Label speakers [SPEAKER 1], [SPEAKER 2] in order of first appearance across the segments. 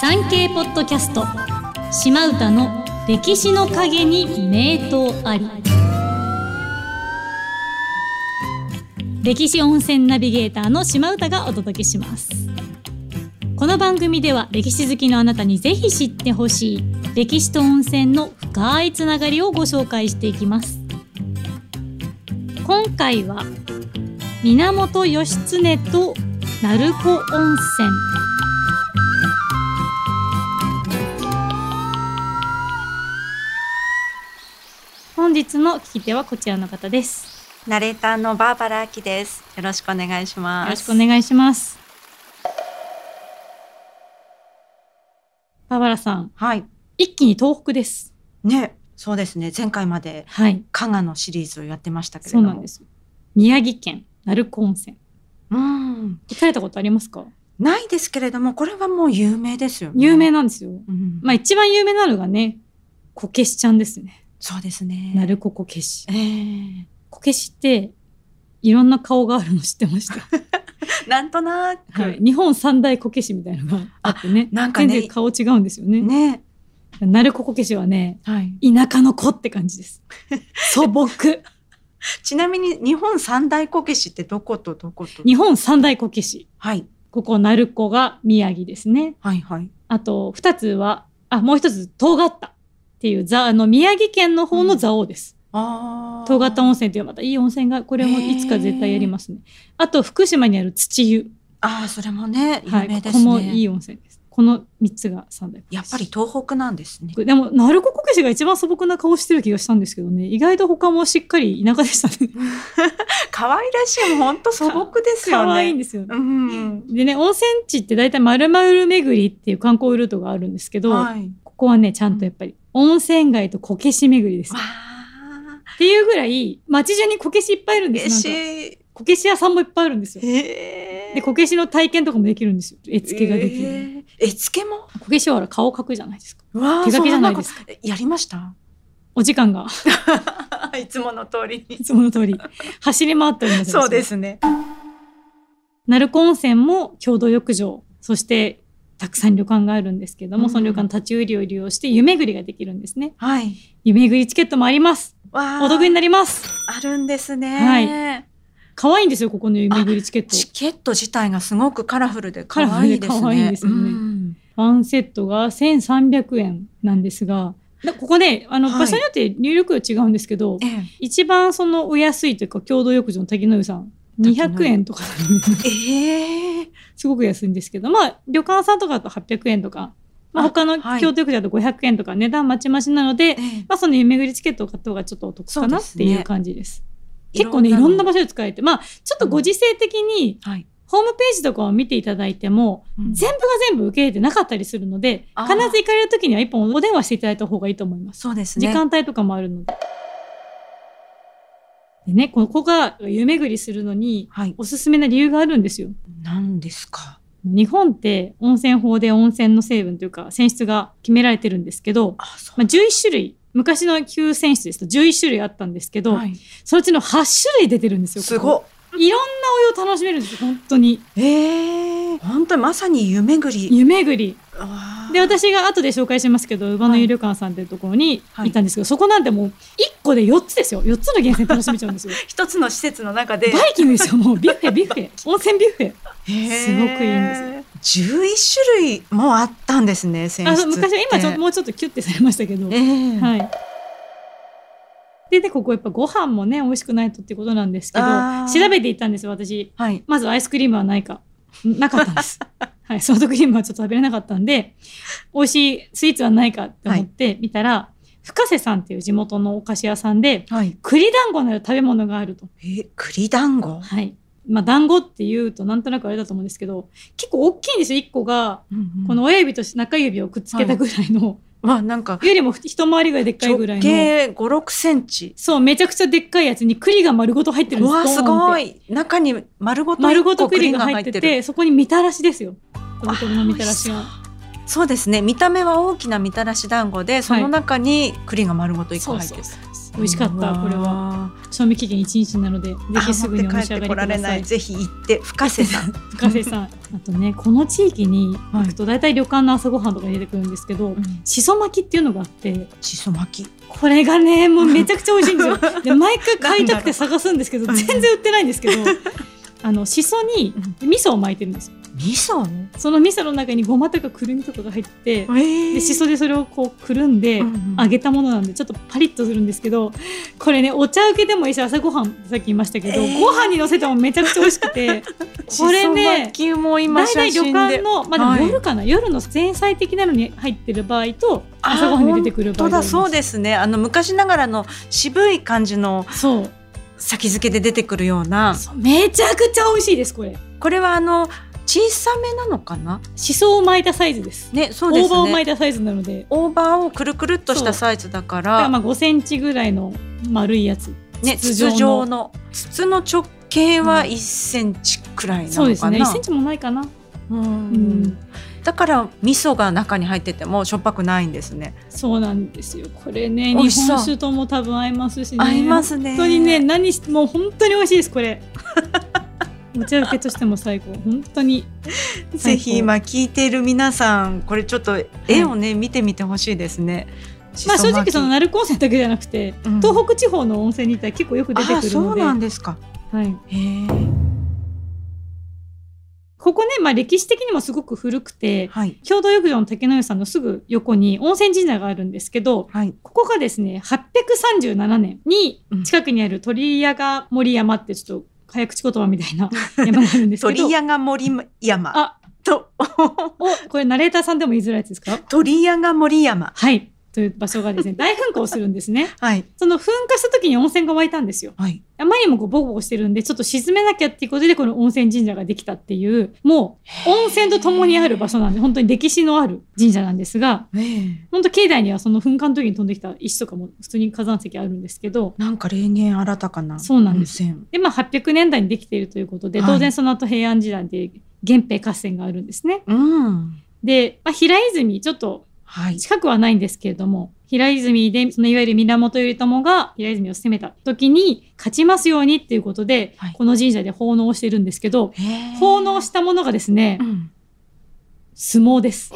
[SPEAKER 1] 産経ポッドキャスト島唄の歴史の陰に名刀あり歴史温泉ナビゲーターの島唄がお届けしますこの番組では歴史好きのあなたにぜひ知ってほしい歴史と温泉の深いつながりをご紹介していきます今回は源義経と鳴子温泉本日の聞き手はこちらの方です
[SPEAKER 2] ナレーターのバーバラアキです。よろしくお願いします。
[SPEAKER 1] よろしくお願いしますバーバラさん
[SPEAKER 2] はい。
[SPEAKER 1] 一気に東北です
[SPEAKER 2] ね、そうですね。前回まで
[SPEAKER 1] はい
[SPEAKER 2] 加賀のシリーズをやってましたけれ
[SPEAKER 1] そ
[SPEAKER 2] ど
[SPEAKER 1] う
[SPEAKER 2] も。
[SPEAKER 1] なんです宮城県鳴子温泉
[SPEAKER 2] うん。
[SPEAKER 1] 行かれたことありますか
[SPEAKER 2] ないですけれども、これはもう有名ですよね。
[SPEAKER 1] 有名。なんですよ、
[SPEAKER 2] うん。
[SPEAKER 1] まあ一番有名なのがねこけしちゃんですね
[SPEAKER 2] そうですね。
[SPEAKER 1] 鳴子こけし
[SPEAKER 2] えー
[SPEAKER 1] こけしっていろんな顔があるの知ってま した、
[SPEAKER 2] なんとなく。
[SPEAKER 1] はい、日本三大こけしみたいなのがあってね
[SPEAKER 2] あなんかね
[SPEAKER 1] 全然顔違うんですよね
[SPEAKER 2] ね。
[SPEAKER 1] 鳴子こけしはね
[SPEAKER 2] はい。
[SPEAKER 1] 田舎の子って感じです 素朴
[SPEAKER 2] ちなみに、日本三大こけしってどことどこと。
[SPEAKER 1] 日本三大こけし
[SPEAKER 2] はい。
[SPEAKER 1] ここ鳴子が宮城ですね
[SPEAKER 2] はいはい。
[SPEAKER 1] あと二つはあもう一つ遠がったっていうざあの宮城県の方の蔵王です、
[SPEAKER 2] ああ。
[SPEAKER 1] 東方温泉というまたいい温泉がこれもいつか絶対やりますね。あと福島にある土湯、
[SPEAKER 2] ああ、それもね、有
[SPEAKER 1] はい
[SPEAKER 2] 名
[SPEAKER 1] こ
[SPEAKER 2] で
[SPEAKER 1] こ
[SPEAKER 2] すね。
[SPEAKER 1] もいい温泉です。この三つが三大こけし
[SPEAKER 2] やっぱり東北なんですね。
[SPEAKER 1] でも鳴子こけしが一番素朴な顔してる気がしたんですけどね意外と他もしっかり田舎でしたね。
[SPEAKER 2] 可愛らしい、本当素朴ですよね。
[SPEAKER 1] 可愛いんですよね。
[SPEAKER 2] うん。
[SPEAKER 1] でね温泉地って大体丸々巡りっていう観光ルートがあるんですけど、
[SPEAKER 2] はい。
[SPEAKER 1] ここはねちゃんとやっぱり温泉街とこけし巡りです。
[SPEAKER 2] わ
[SPEAKER 1] っ
[SPEAKER 2] あ、
[SPEAKER 1] ていうぐらい街中にこけしいっぱいいるんです
[SPEAKER 2] 嬉し
[SPEAKER 1] なんか
[SPEAKER 2] い。
[SPEAKER 1] こけし屋さんもいっぱいあるんですよ。
[SPEAKER 2] え
[SPEAKER 1] でこけしの体験とかもできるんですよ絵付けができる。
[SPEAKER 2] る。え、つけも。
[SPEAKER 1] こけしはほら顔描くじゃないですか。
[SPEAKER 2] わ。
[SPEAKER 1] 手書きじゃないですすか。
[SPEAKER 2] えやり ました。
[SPEAKER 1] お時間が
[SPEAKER 2] いつもの通りに
[SPEAKER 1] い。つもの通 り走り回っております。
[SPEAKER 2] そうで。すね。
[SPEAKER 1] 鳴子温泉も共同浴場、そしてたくさん旅館があるんですけども、
[SPEAKER 2] うん
[SPEAKER 1] その旅館の立ち売りを利用して湯巡りができるんですね。
[SPEAKER 2] はい。
[SPEAKER 1] 湯巡りチケットもあります。
[SPEAKER 2] わあ。
[SPEAKER 1] お得になります。
[SPEAKER 2] あるんですね。
[SPEAKER 1] はい。可愛いんですよ、ここの湯巡りチケット。
[SPEAKER 2] チケット自体がすごくカラフルで可
[SPEAKER 1] カラフル
[SPEAKER 2] 愛
[SPEAKER 1] で
[SPEAKER 2] いですね。
[SPEAKER 1] 可愛いですよね
[SPEAKER 2] うん
[SPEAKER 1] ワンセットが1300円なんですが、でここね、あの、
[SPEAKER 2] はい
[SPEAKER 1] 場所によって入力量違うんですけど、
[SPEAKER 2] え
[SPEAKER 1] 一番そのお安いというか、共同浴場の滝の湯さん、200円とかなんです
[SPEAKER 2] え。ええ。
[SPEAKER 1] すごく安いんですけど、まあ、旅館さんとかだと800円とか、まあ、
[SPEAKER 2] あ
[SPEAKER 1] 他の
[SPEAKER 2] はい
[SPEAKER 1] 京都浴場だと500円とか値段まちまちなので、
[SPEAKER 2] ええ
[SPEAKER 1] まあ、その夢ぐりチケットを買った方がちょっとお得かなっ
[SPEAKER 2] そう
[SPEAKER 1] て
[SPEAKER 2] ですね
[SPEAKER 1] いう感じです。結構ね、いろんな場所で使えて、まあ、ちょっとご時世的に、
[SPEAKER 2] 所。はい。
[SPEAKER 1] ホームページとかを見ていただいても、
[SPEAKER 2] うん
[SPEAKER 1] 全部が全部受け入れてなかったりするので、
[SPEAKER 2] あー
[SPEAKER 1] 必ず行かれる時には一本お電話していただいた方がいいと思います。
[SPEAKER 2] そうです
[SPEAKER 1] 時
[SPEAKER 2] ね。
[SPEAKER 1] 間帯とかもあるので。でね、ここが夢ぐりするのに、
[SPEAKER 2] はい。
[SPEAKER 1] おすすめな理由があるんですよ。
[SPEAKER 2] なんですか。
[SPEAKER 1] 日本って温泉法で温泉の成分というか泉質が決められてるんですけど、
[SPEAKER 2] あ、そ
[SPEAKER 1] まあ、11種類昔の旧泉質ですと11種類あったんですけ
[SPEAKER 2] う。
[SPEAKER 1] ど、
[SPEAKER 2] い。
[SPEAKER 1] そのうちの8種類出てるんですよ
[SPEAKER 2] す
[SPEAKER 1] こ
[SPEAKER 2] ごっ。
[SPEAKER 1] こいろんなお湯を楽しめるんですよ本当に
[SPEAKER 2] ええ本当にまさに湯巡り。
[SPEAKER 1] 湯巡り
[SPEAKER 2] わあ
[SPEAKER 1] で、私が後で紹介しますけど馬の湯旅館さんっていうところに
[SPEAKER 2] はい
[SPEAKER 1] 行ったんですけど、そこなんてもう1個で4つですよ4つの源泉楽しめちゃうん ですよ
[SPEAKER 2] 一つの施設の中で、
[SPEAKER 1] バイキングですよもうビュッフェビュッフェ 温泉ビュッフェすごくいいん
[SPEAKER 2] ですよ。11種類もあったんですね、選
[SPEAKER 1] あ
[SPEAKER 2] 出
[SPEAKER 1] そう
[SPEAKER 2] って。
[SPEAKER 1] 昔は今ちょっともうちょっとキュッてされましたけど
[SPEAKER 2] ええ
[SPEAKER 1] はい。でね、ここやっぱご飯もね、美味しくないとってことなんですけど、
[SPEAKER 2] あー
[SPEAKER 1] 調べていったんですよ、私。
[SPEAKER 2] はい。
[SPEAKER 1] まずアイスクリームはないか。んなかったん です。はい。ソフトクリームはちょっと食べれなかったんで、美味しいスイーツはないかって思って見たら、深瀬さんっていう地元のお菓子屋さんで、
[SPEAKER 2] はい。
[SPEAKER 1] 栗団子のような食べ物があると。
[SPEAKER 2] え、栗団子
[SPEAKER 1] はい。まあ、団子っていうとなんとなくあれだと思うんですけど、結構大きいんですよ、1個が。この、親指と中指をくっつけたぐらいの、
[SPEAKER 2] まあなんか、
[SPEAKER 1] よりも一回りぐらいでっかい
[SPEAKER 2] 直
[SPEAKER 1] ぐらいの。
[SPEAKER 2] 径5、6センチ。
[SPEAKER 1] そう、めちゃくちゃでっかいやつに栗が丸ごと入ってるん
[SPEAKER 2] う
[SPEAKER 1] です
[SPEAKER 2] わあす
[SPEAKER 1] ドーンっ
[SPEAKER 2] ご
[SPEAKER 1] て
[SPEAKER 2] い。中に丸ごと
[SPEAKER 1] 丸
[SPEAKER 2] 一
[SPEAKER 1] ごと
[SPEAKER 2] 個
[SPEAKER 1] 栗
[SPEAKER 2] 栗
[SPEAKER 1] が
[SPEAKER 2] が
[SPEAKER 1] 入
[SPEAKER 2] 入
[SPEAKER 1] っ
[SPEAKER 2] ってて
[SPEAKER 1] て、
[SPEAKER 2] て。
[SPEAKER 1] そこにみたらしですよ。トルトルのみたらし
[SPEAKER 2] あー美
[SPEAKER 1] が。
[SPEAKER 2] そうですね。見た目は大きなみたらし団子で、その中に栗が丸ごと一個
[SPEAKER 1] そう
[SPEAKER 2] 入っ
[SPEAKER 1] そ
[SPEAKER 2] て
[SPEAKER 1] う
[SPEAKER 2] る。
[SPEAKER 1] そう。美味しかったこれは
[SPEAKER 2] は
[SPEAKER 1] 賞味期限1日なのでぜひす
[SPEAKER 2] 持っ
[SPEAKER 1] ぐに
[SPEAKER 2] て
[SPEAKER 1] お
[SPEAKER 2] 帰
[SPEAKER 1] 召
[SPEAKER 2] っ
[SPEAKER 1] し上
[SPEAKER 2] て
[SPEAKER 1] が
[SPEAKER 2] こ
[SPEAKER 1] り
[SPEAKER 2] ら
[SPEAKER 1] く
[SPEAKER 2] れ
[SPEAKER 1] だ
[SPEAKER 2] な
[SPEAKER 1] さ
[SPEAKER 2] い
[SPEAKER 1] い
[SPEAKER 2] ぜひ行って深瀬さん
[SPEAKER 1] 深瀬さ んあとねこの地域に行くと大体旅館の朝ごはんとかに出てくるんですけどしそ巻きっていうのがあって
[SPEAKER 2] しそ巻き
[SPEAKER 1] これがねもうめちゃくちゃ美味しいんですよ で毎回買いたくて探すんですけど
[SPEAKER 2] なんだろう
[SPEAKER 1] 全然売ってないんですけどあのしそに味噌を巻いてるんですよ
[SPEAKER 2] 味噌
[SPEAKER 1] その味噌の中にごまとかくるみとかが入って
[SPEAKER 2] えー
[SPEAKER 1] でしそでそれをこうくるんで
[SPEAKER 2] うんうん
[SPEAKER 1] 揚げたものなんでちょっとパリッとするんですけどこれねお茶受けでもいいし朝ごはんってさっき言いましたけど、
[SPEAKER 2] えー
[SPEAKER 1] ご飯にのせてもめちゃくちゃ美味しく てこれね
[SPEAKER 2] しそ巻きも今
[SPEAKER 1] 大
[SPEAKER 2] 写
[SPEAKER 1] 体旅
[SPEAKER 2] 真
[SPEAKER 1] 館
[SPEAKER 2] で
[SPEAKER 1] の、まあ、
[SPEAKER 2] は
[SPEAKER 1] で
[SPEAKER 2] い
[SPEAKER 1] も夜かな、夜の前菜的なのに入ってる場合と
[SPEAKER 2] あー
[SPEAKER 1] 朝ごはんに出てくる場合
[SPEAKER 2] 本当
[SPEAKER 1] があ
[SPEAKER 2] だ
[SPEAKER 1] ります
[SPEAKER 2] そうですねあの昔ながらの渋い感じの
[SPEAKER 1] そう
[SPEAKER 2] 先付けで出てくるような
[SPEAKER 1] そうめちゃくちゃ美味しいですこれ
[SPEAKER 2] これはあの小さめなのかな
[SPEAKER 1] しそを巻いたサイズです
[SPEAKER 2] ねそうですね
[SPEAKER 1] 大葉を巻いたサイズなので
[SPEAKER 2] オーバーをくるくるっとしたサイズだか
[SPEAKER 1] だから
[SPEAKER 2] ら
[SPEAKER 1] まあ5センチぐらいの丸いやつ
[SPEAKER 2] ね筒状の筒の直径は1センチくらいな
[SPEAKER 1] そうで
[SPEAKER 2] の
[SPEAKER 1] す
[SPEAKER 2] か
[SPEAKER 1] ね1
[SPEAKER 2] な
[SPEAKER 1] センチもないかな
[SPEAKER 2] うん
[SPEAKER 1] うん
[SPEAKER 2] だから味噌が中に入っててもしょっぱくないんですね
[SPEAKER 1] そうなんですよこれね
[SPEAKER 2] 美味
[SPEAKER 1] 日
[SPEAKER 2] しそう
[SPEAKER 1] 本酒とも多分合いますしね
[SPEAKER 2] 合いますね
[SPEAKER 1] 本当にね何しもう本当に美味しいですこれ お茶受けとしても最高本当に
[SPEAKER 2] ぜひ今聞いている皆さんこれちょっと絵をね、見てみてほしいですね
[SPEAKER 1] まあ正
[SPEAKER 2] し
[SPEAKER 1] 直
[SPEAKER 2] そ
[SPEAKER 1] その
[SPEAKER 2] 巻
[SPEAKER 1] 鳴子温泉だけじゃなくて、
[SPEAKER 2] うん
[SPEAKER 1] 東北地方の温泉に行ったら結構よく出て
[SPEAKER 2] きあ
[SPEAKER 1] くる
[SPEAKER 2] そ
[SPEAKER 1] の
[SPEAKER 2] う
[SPEAKER 1] で
[SPEAKER 2] なんですか
[SPEAKER 1] はい、
[SPEAKER 2] へえ
[SPEAKER 1] ここね、まあ、歴史的にもすごく古くて
[SPEAKER 2] はい
[SPEAKER 1] 共同浴場の竹の湯さんのすぐ横に温泉神社があるんですけど
[SPEAKER 2] はい
[SPEAKER 1] ここがですね837年に
[SPEAKER 2] うん
[SPEAKER 1] 近くにある鳥屋が森山ってちょっと早口言葉みた いな山があるんですけど
[SPEAKER 2] 鳥屋が森山
[SPEAKER 1] あ
[SPEAKER 2] と
[SPEAKER 1] おこれナレーターさんでも言いづらいやつですか
[SPEAKER 2] 鳥屋が森山
[SPEAKER 1] はいという場所がですね大噴火をするんですね
[SPEAKER 2] はい
[SPEAKER 1] その噴火した時に温泉が湧いたんですよ
[SPEAKER 2] はい
[SPEAKER 1] あまりにもこうボコボコしてるんでちょっと沈めなきゃっていうことでこの温泉神社ができたっていうもう温泉と共にある場所なんで本当に歴史のある神社なんですが
[SPEAKER 2] ね
[SPEAKER 1] 本当境内にはその噴火の時に飛んできた石とかも普通に火山石あるんですけど
[SPEAKER 2] えなんか霊言新たかな
[SPEAKER 1] そうなんです
[SPEAKER 2] 温泉
[SPEAKER 1] で、まあ、800年代にできているということで
[SPEAKER 2] はい
[SPEAKER 1] 当然その後平安時代で源平合戦があるんですね。
[SPEAKER 2] うん
[SPEAKER 1] で、まあ、平泉ちょっと
[SPEAKER 2] はい
[SPEAKER 1] 近くはないんですけれども平泉でそのいわゆる源頼朝が平泉を攻めた時に勝ちますようにっていうことで、
[SPEAKER 2] はい
[SPEAKER 1] この神社で奉納してるんですけど奉
[SPEAKER 2] 奉
[SPEAKER 1] 納したものがですね、
[SPEAKER 2] うん、
[SPEAKER 1] 相撲です。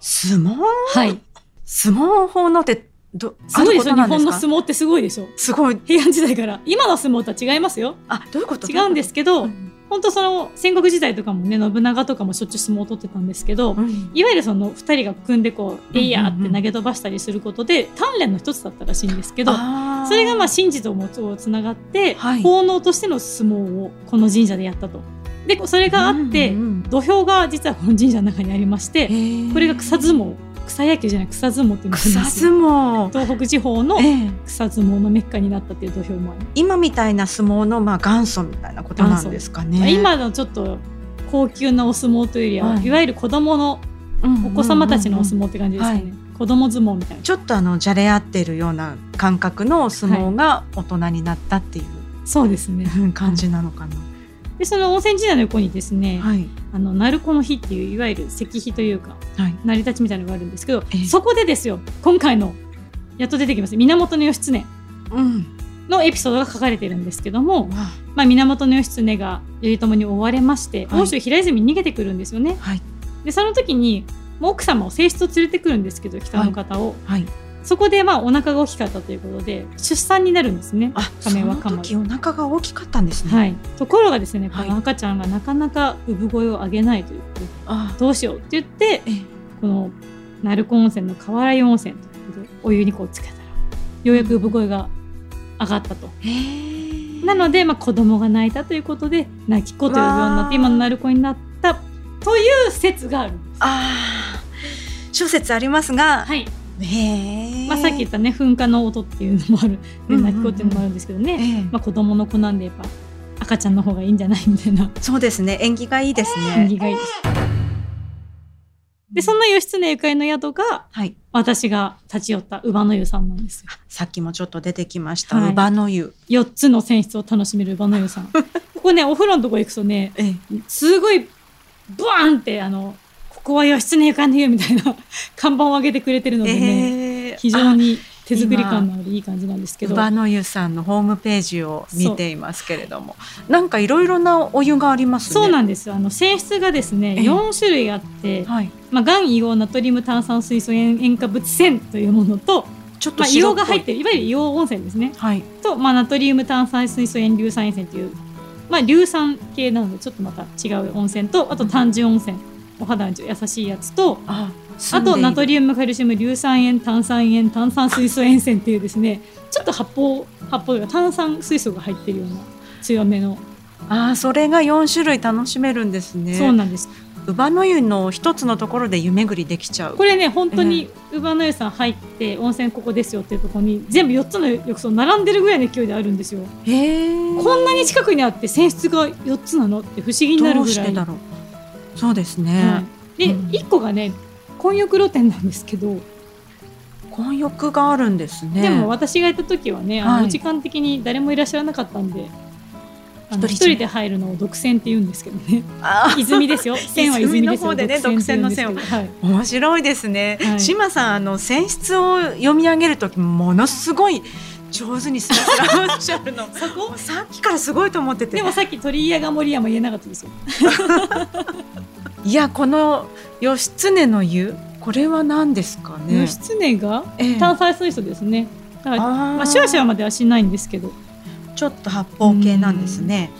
[SPEAKER 2] 相撲
[SPEAKER 1] はい。
[SPEAKER 2] 相撲奉納ってど
[SPEAKER 1] すごいでしょ日
[SPEAKER 2] あること
[SPEAKER 1] 本の
[SPEAKER 2] なんですか
[SPEAKER 1] 相撲ってすごいでしょ
[SPEAKER 2] すごい
[SPEAKER 1] 平安時代から。今の相撲とは違いますよ。
[SPEAKER 2] あどういうこと
[SPEAKER 1] 違うんですけど、
[SPEAKER 2] うん
[SPEAKER 1] 本当その戦国時代とかもね、信長とかもしょっちゅう相撲を取ってたんですけど、
[SPEAKER 2] うん
[SPEAKER 1] いわゆるその二人が組んでこう、えいやー
[SPEAKER 2] うん
[SPEAKER 1] っ
[SPEAKER 2] うんう
[SPEAKER 1] て
[SPEAKER 2] ん
[SPEAKER 1] 投げ飛ばしたりすることで、鍛錬の一つだったらしいんですけど、
[SPEAKER 2] あー
[SPEAKER 1] それがまあ神事ともつながって、
[SPEAKER 2] はい
[SPEAKER 1] 奉納としての相撲をこの神社でやったと。で、それがあって、
[SPEAKER 2] うんうん
[SPEAKER 1] 土俵が実はこの神社の中にありまして、
[SPEAKER 2] うん
[SPEAKER 1] これが草相撲草野球じゃない草相撲っていうのがあるん
[SPEAKER 2] 草
[SPEAKER 1] ですよ
[SPEAKER 2] 相撲
[SPEAKER 1] 東北地方の
[SPEAKER 2] ええ
[SPEAKER 1] 草相撲のメッカになったっていう土俵もあり、
[SPEAKER 2] 今みたいな相撲のまあ元祖みたいなことなんですかね
[SPEAKER 1] 今のちょっと高級なお相撲というよりは、
[SPEAKER 2] はい
[SPEAKER 1] いわゆる子供のお子様たちのお相撲って感じですかね、
[SPEAKER 2] うんうん
[SPEAKER 1] 子供相撲みたいな
[SPEAKER 2] ちょっとあのじゃれ合ってるような感覚のお相撲が大人になったっていう
[SPEAKER 1] そうですね
[SPEAKER 2] うん感じなのかな。
[SPEAKER 1] でその温泉神社の横にですね、
[SPEAKER 2] はい
[SPEAKER 1] あの鳴子の日っていういわゆる石碑というか
[SPEAKER 2] はい。
[SPEAKER 1] 成り立ちみたいなのがあるんですけど
[SPEAKER 2] ええ
[SPEAKER 1] そこでですよ今回のやっと出てきます源義経
[SPEAKER 2] うん。
[SPEAKER 1] のエピソードが書かれてるんですけども、
[SPEAKER 2] わ
[SPEAKER 1] まあ、源義経が頼朝に追われまして
[SPEAKER 2] はい
[SPEAKER 1] 欧州平泉に逃げてくるんですよね。
[SPEAKER 2] はい
[SPEAKER 1] でその時にもう奥様を正室を連れてくるんですけど北の方を、
[SPEAKER 2] はい。
[SPEAKER 1] そこでまあお腹が大きかったということで出産になるんですね。
[SPEAKER 2] あそ
[SPEAKER 1] 亀は
[SPEAKER 2] の
[SPEAKER 1] 亀
[SPEAKER 2] 時お腹が大きかったんですね。
[SPEAKER 1] はい、ところがですねこ
[SPEAKER 2] はい
[SPEAKER 1] の赤ちゃんがなかなか産声を上げないということで
[SPEAKER 2] あ
[SPEAKER 1] どうしようって言って
[SPEAKER 2] ええ
[SPEAKER 1] この鳴子温泉の河原湯温泉ということでお湯にこうつけたらようやく産声が上がったと。
[SPEAKER 2] へえ
[SPEAKER 1] なので、まあ、子供が泣いたということで泣き子と呼ぶようになって
[SPEAKER 2] わあ
[SPEAKER 1] 今の鳴子になったという説があるんです。
[SPEAKER 2] あー諸説ありますが、
[SPEAKER 1] はい
[SPEAKER 2] へえ。
[SPEAKER 1] まあ、さっき言ったね噴火の音っていうのもある、ね
[SPEAKER 2] うんうんうん
[SPEAKER 1] 泣き子っていうのもあるんですけどね、
[SPEAKER 2] ええ
[SPEAKER 1] まあ、子供の子なんでやっぱ赤ちゃんの方がいいんじゃないみたいな
[SPEAKER 2] そうですね縁起がいいです
[SPEAKER 1] 縁
[SPEAKER 2] ね。
[SPEAKER 1] 起がいいです。でそんな義経ゆかりの宿が
[SPEAKER 2] はい。
[SPEAKER 1] 私が立ち寄った乳母の湯さんなんですよ。
[SPEAKER 2] さっきもちょっと出てきました、
[SPEAKER 1] はい
[SPEAKER 2] 乳母の湯。
[SPEAKER 1] 4つの泉質を楽しめる乳母の湯 さん。ここねお風呂のとこ行くとね
[SPEAKER 2] ええ
[SPEAKER 1] すごい、ブワーンって、あの、 ここは義経ゆかんの湯みたいな看板を上げてくれてるのでね、
[SPEAKER 2] ええ
[SPEAKER 1] 非常
[SPEAKER 2] に
[SPEAKER 1] に手作り感のあるいい感じなんですけど
[SPEAKER 2] 乳母の湯さんのホームページを見ていますけれどもなんかいろいろなお湯がありますね
[SPEAKER 1] そうなんですよあの性質がですね
[SPEAKER 2] ええ
[SPEAKER 1] 4種類あって、
[SPEAKER 2] はい、
[SPEAKER 1] まあ、岩硫黄ナトリウム炭酸水素塩塩化物泉というものと、
[SPEAKER 2] ちょっと
[SPEAKER 1] まあ、硫黄
[SPEAKER 2] 白っぽ
[SPEAKER 1] が
[SPEAKER 2] い、
[SPEAKER 1] 入ってるいわゆる硫黄温泉ですね
[SPEAKER 2] はい、
[SPEAKER 1] と、まあ、ナトリウム炭酸水素塩硫酸塩泉という、まあ、硫酸系なのでちょっとまた違う温泉とあと単純温泉お肌に優しいやつと
[SPEAKER 2] あ
[SPEAKER 1] あとナト
[SPEAKER 2] リ
[SPEAKER 1] リウムカルシウム硫酸塩炭酸塩炭酸水素塩泉っていうですねちょっと発泡発泡が炭酸水素が入ってるような強めの、
[SPEAKER 2] あーそれが四種類楽しめるんですね
[SPEAKER 1] そうなんです
[SPEAKER 2] 乳母の湯の一つのところで湯巡りできちゃう
[SPEAKER 1] これね本当に乳母の湯さん入って温泉ここですよっていうところに全部4つの浴槽並んでるぐらいの勢いであるんですよ
[SPEAKER 2] へー
[SPEAKER 1] こんなに近くにあって泉質が4つなのって不思議にな
[SPEAKER 2] ど
[SPEAKER 1] る
[SPEAKER 2] う
[SPEAKER 1] ぐ
[SPEAKER 2] し
[SPEAKER 1] ら
[SPEAKER 2] て
[SPEAKER 1] い
[SPEAKER 2] だろうそうですね、
[SPEAKER 1] はい、で、
[SPEAKER 2] うん
[SPEAKER 1] 1個がね混浴露天なんですけど、
[SPEAKER 2] 混浴があるんですね
[SPEAKER 1] でも私がいた時はね、あの
[SPEAKER 2] はい
[SPEAKER 1] 時間的に誰もいらっしゃらなかったんであの
[SPEAKER 2] 一人じゃ
[SPEAKER 1] 一人で入るのを独占って言うんですけど ね
[SPEAKER 2] あー
[SPEAKER 1] 泉ですよ線は泉ですよ
[SPEAKER 2] 泉の方でね独占の線を
[SPEAKER 1] 独占って言うんですけど
[SPEAKER 2] 面白いですね、
[SPEAKER 1] はい
[SPEAKER 2] 島さんあの泉質を読み上げる時ものすごい上手にスラスラおっしゃるの
[SPEAKER 1] はい、そこ
[SPEAKER 2] もうさっきからすごいと思ってて
[SPEAKER 1] でもさっき鳥居屋が森山言えなかったですよ
[SPEAKER 2] いやこの義経の湯これは何ですかね
[SPEAKER 1] 義経が
[SPEAKER 2] ええ
[SPEAKER 1] 炭酸水素ですねだから
[SPEAKER 2] あー
[SPEAKER 1] まあシュワシュワまではしないんですけど
[SPEAKER 2] ちょっと発泡系なんですね。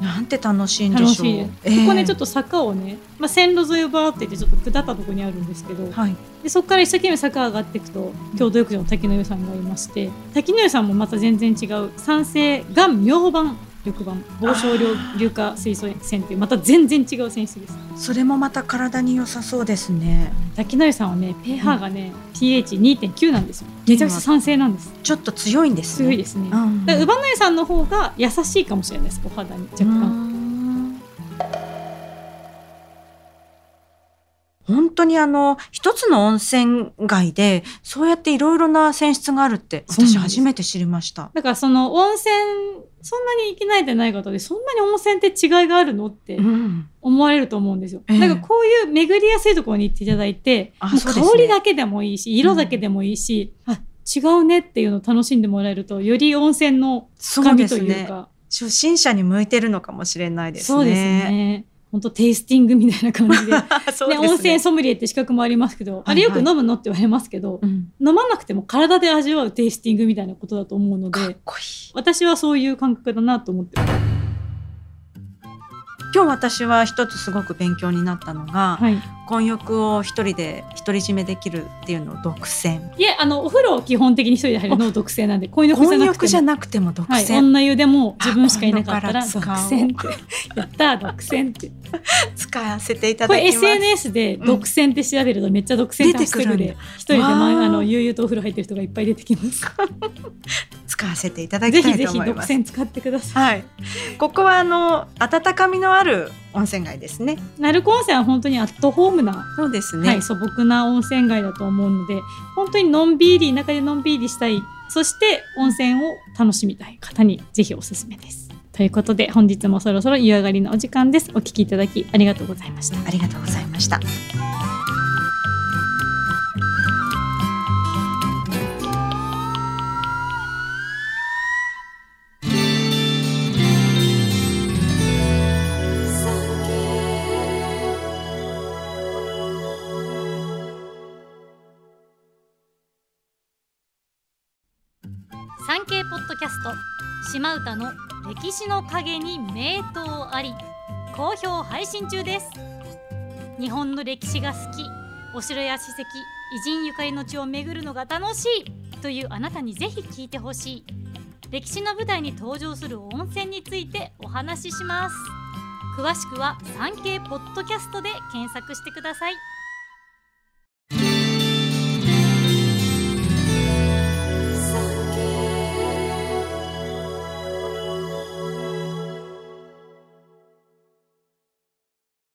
[SPEAKER 2] なんて楽しいんで
[SPEAKER 1] 楽
[SPEAKER 2] しょう。
[SPEAKER 1] しいです、ここねちょっ
[SPEAKER 2] っ
[SPEAKER 1] と坂をね、まあ、線路沿いをバーって行ってちょっと下ったところにあるんですけど、
[SPEAKER 2] はい。
[SPEAKER 1] でそこから一生懸命坂上がっていくと京都浴場の滝の湯さんがいまして滝の湯さんもまた全然違う酸性岩妙板緑板防少量硫化水素泉っていうまた全然違う泉質です
[SPEAKER 2] それもまた体に良さそうですね。
[SPEAKER 1] 滝の湯さんはね pH がね、pH2.9 なんですよめちゃくちゃ酸性なんです
[SPEAKER 2] ちょっと強いんです、ね。
[SPEAKER 1] 強いですね、だか
[SPEAKER 2] うん。
[SPEAKER 1] ら馬の湯さんの方が優しいかもしれないですお肌に若
[SPEAKER 2] う
[SPEAKER 1] 干、
[SPEAKER 2] ん本当にあの一つの温泉街でそうやっていろいろな泉質があるって
[SPEAKER 1] そうなん
[SPEAKER 2] 私
[SPEAKER 1] です
[SPEAKER 2] 初めて知りました。
[SPEAKER 1] だからその温泉そんなに行き慣れてない方でそんなに温泉って違いがあるのって
[SPEAKER 2] うん。
[SPEAKER 1] 思われると思うんですよ。
[SPEAKER 2] ええ
[SPEAKER 1] なんかこういう巡りやすいところに行っていただいて、
[SPEAKER 2] あ
[SPEAKER 1] もう
[SPEAKER 2] そうですね
[SPEAKER 1] 香りだけでもいいし、色だけでもいいし、あ、違うねっていうのを楽しんでもらえると、より温泉の
[SPEAKER 2] そ
[SPEAKER 1] 深
[SPEAKER 2] う
[SPEAKER 1] み
[SPEAKER 2] で
[SPEAKER 1] と
[SPEAKER 2] す
[SPEAKER 1] いう
[SPEAKER 2] ね。
[SPEAKER 1] か、
[SPEAKER 2] 初心者に向いてるのかもしれないですね。
[SPEAKER 1] そうですね。本当テイスティングみたいな感じで。ね、
[SPEAKER 2] そうですね。
[SPEAKER 1] 温泉ソムリエって資格もありますけど、あれよく飲むのって言われますけど、
[SPEAKER 2] うん
[SPEAKER 1] 飲まなくても体で味わうテイスティングみたいなことだと思うの
[SPEAKER 2] かっ
[SPEAKER 1] で、
[SPEAKER 2] こいい。
[SPEAKER 1] 私はそういう感覚だなと思ってます。
[SPEAKER 2] 今日私は一つすごく勉強になったのが、
[SPEAKER 1] はい。
[SPEAKER 2] 混浴を一人で独り占めできるっていうのを独占
[SPEAKER 1] いえ、あの、お風呂を基本的に一人で入るのを独占なんで、こういうの
[SPEAKER 2] 混
[SPEAKER 1] なくて
[SPEAKER 2] 浴
[SPEAKER 1] も
[SPEAKER 2] じゃなくても独
[SPEAKER 1] はい、
[SPEAKER 2] 占、
[SPEAKER 1] 女湯でも自分しかいなかったら
[SPEAKER 2] あこん
[SPEAKER 1] 独
[SPEAKER 2] なから
[SPEAKER 1] 占って やったー独占って
[SPEAKER 2] 使わせていた
[SPEAKER 1] こ
[SPEAKER 2] だ
[SPEAKER 1] れ
[SPEAKER 2] きます
[SPEAKER 1] SNS で独占って調べるとめっちゃ独占ってハッシュタグ
[SPEAKER 2] 出
[SPEAKER 1] で
[SPEAKER 2] て
[SPEAKER 1] 一人で、
[SPEAKER 2] わー
[SPEAKER 1] まあ、あの悠々とお風呂入ってる人がいっぱい出てきます
[SPEAKER 2] 使わせていただ
[SPEAKER 1] ぜ
[SPEAKER 2] きた
[SPEAKER 1] ひ
[SPEAKER 2] い
[SPEAKER 1] ぜ
[SPEAKER 2] と
[SPEAKER 1] ひ
[SPEAKER 2] 思い
[SPEAKER 1] 独
[SPEAKER 2] ます
[SPEAKER 1] 占使ってくださ
[SPEAKER 2] はい、ここはあの温かみのある温泉街ですね
[SPEAKER 1] い鳴子温泉は本当にアットホームな、
[SPEAKER 2] そうです
[SPEAKER 1] はい、素朴な温泉街だと思うので本当にのんびり中でのんびりしたいそして温泉を楽しみたい方にぜひおすすめですということで本日もそろそろ湯上がりのお時間ですお聞きいただきありがとうございました
[SPEAKER 2] ありがとうございました
[SPEAKER 1] 産経ポッドキャスト島唄の歴史の陰に名刀あり好評配信中です日本の歴史が好きお城や史跡偉人ゆかりの地を巡るのが楽しいというあなたにぜひ聞いてほしい歴史の舞台に登場する温泉についてお話しします詳しくは産経ポッドキャストで検索してください